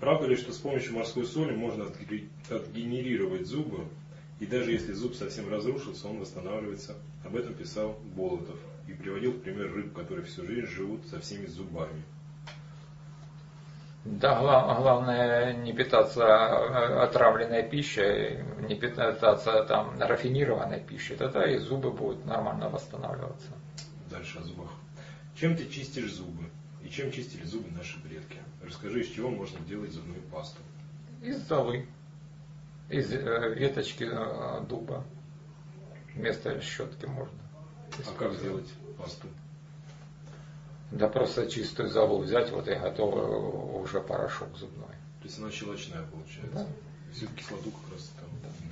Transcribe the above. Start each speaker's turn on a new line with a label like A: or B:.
A: Правда ли, что с помощью морской соли можно отгре- отгенерировать зубы, и даже если зуб совсем разрушился, он восстанавливается? Об этом писал Болотов и приводил в пример рыб, которые всю жизнь живут со всеми зубами.
B: Да, гла- главное не питаться э, отравленной пищей, не питаться там рафинированной пищей, тогда и зубы будут нормально восстанавливаться.
A: Дальше о зубах. Чем ты чистишь зубы? И чем чистили зубы наши предки? Расскажи, из чего можно делать зубную пасту.
B: Из золы, из э, веточки э, дуба. Вместо щетки можно.
A: А как сделать пасту?
B: Да просто чистую золу взять, вот и готовый уже порошок зубной.
A: То есть она щелочная получается.
B: Да.
A: Всю кислоту как раз там.